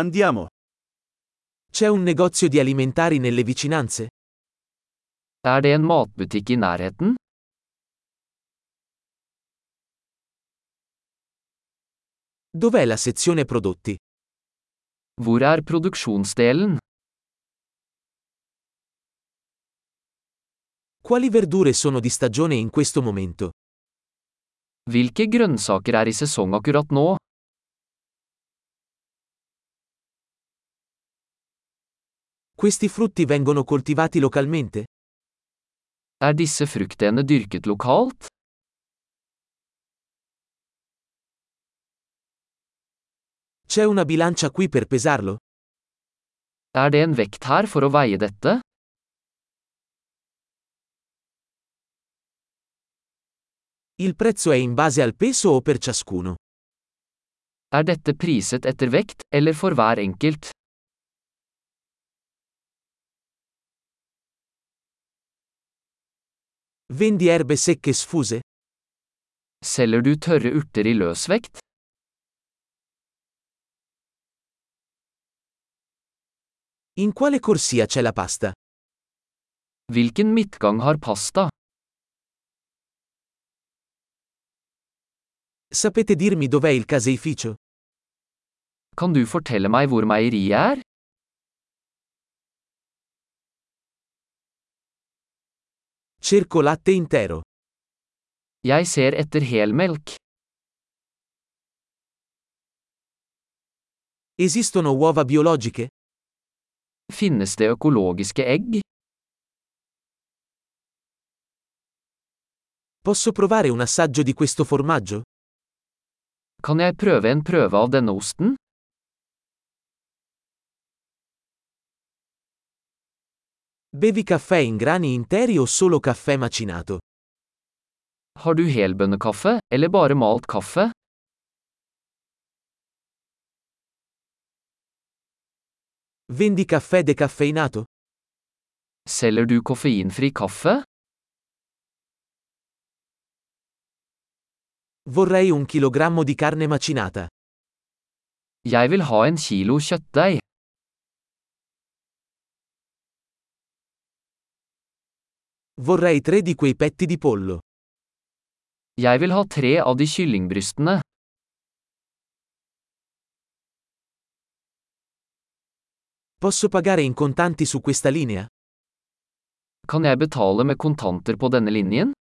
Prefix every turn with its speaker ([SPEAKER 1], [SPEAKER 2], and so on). [SPEAKER 1] Andiamo.
[SPEAKER 2] C'è un negozio di alimentari nelle vicinanze?
[SPEAKER 3] Er det en matbutikk i nærheten?
[SPEAKER 2] Dov'è la sezione prodotti?
[SPEAKER 3] Hvor er produksjonsdelen?
[SPEAKER 2] Quali verdure sono di stagione in questo momento?
[SPEAKER 3] Hvilke grønnsaker er i sesong akkurat nå?
[SPEAKER 2] Questi frutti vengono coltivati localmente?
[SPEAKER 3] Er disse fruktene dyrket lokalt?
[SPEAKER 2] C'è una bilancia qui per pesarlo?
[SPEAKER 3] Er det en vekt her for å veie dette?
[SPEAKER 2] Il prezzo è in base al peso o per ciascuno?
[SPEAKER 3] Er dette priset etter vekt, eller for hver enkelt?
[SPEAKER 2] Vendi erbe secche sfuse?
[SPEAKER 3] Selger du tørre urter i løsvekt?
[SPEAKER 2] In quale corsia c'è la pasta?
[SPEAKER 3] Hvilken midtgang har pasta?
[SPEAKER 2] Sapete dirmi dov'è il caseificio?
[SPEAKER 3] Kan du fortelle meg hvor meieriet er?
[SPEAKER 2] Cerco latte intero.
[SPEAKER 3] Jeg ser etter helmelk.
[SPEAKER 2] Esistono uova biologiche?
[SPEAKER 3] Finnes det økologiske egg?
[SPEAKER 2] Posso provare un assaggio di questo formaggio?
[SPEAKER 3] Kan jeg prøve en prøve av denne osten?
[SPEAKER 2] Bevi caffè in grani interi o solo caffè macinato?
[SPEAKER 3] Har du helbønnekaffe, eller bare malt kaffe?
[SPEAKER 2] Vendi caffè decaffeinato?
[SPEAKER 3] Selger du koffeinfri kaffe?
[SPEAKER 2] Vorrei un chilogrammo di carne macinata.
[SPEAKER 3] Jeg vil ha en kilo kjøttdeig.
[SPEAKER 2] Vorrei tre di quei petti di pollo.
[SPEAKER 3] Jeg vil ha tre av de kyllingbrystene.
[SPEAKER 2] Posso pagare in contanti su questa linea?
[SPEAKER 3] Kan jeg betale med kontanter på denne linjen?